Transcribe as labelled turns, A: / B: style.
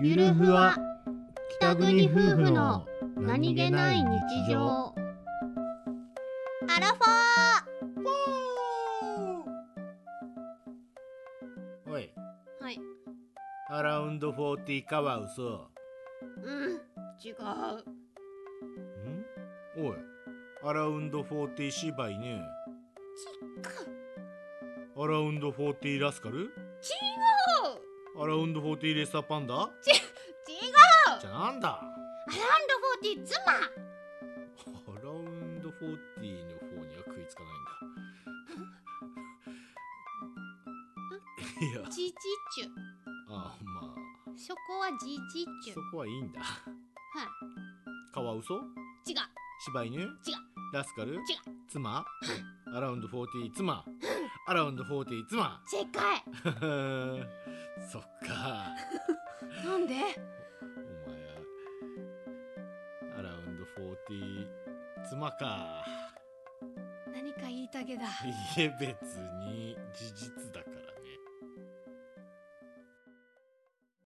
A: ゆるふわ北国夫婦の何気ない日常アラフォ
B: おい
A: ーはい
B: アラウンド40かは嘘
A: うん違うん
B: おいアラウンド40芝居ねアラウンド40ラスカルアラウンド40レッサーパンダ
A: 違う
B: じゃあなんだ
A: アラウンド40妻
B: アラウンド40の方には食いつかないん だいや
A: ジジチュ
B: あまあ
A: そこはジジチュ
B: そこはいいんだ
A: は
B: カワウソ
A: い違う
B: 柴犬違うラスカル違う妻アラウンド40妻アラウンド40妻
A: 正解
B: そっか
A: なんで
B: お前アラウンド40妻か
A: 何か言いたげだ
B: いえ別に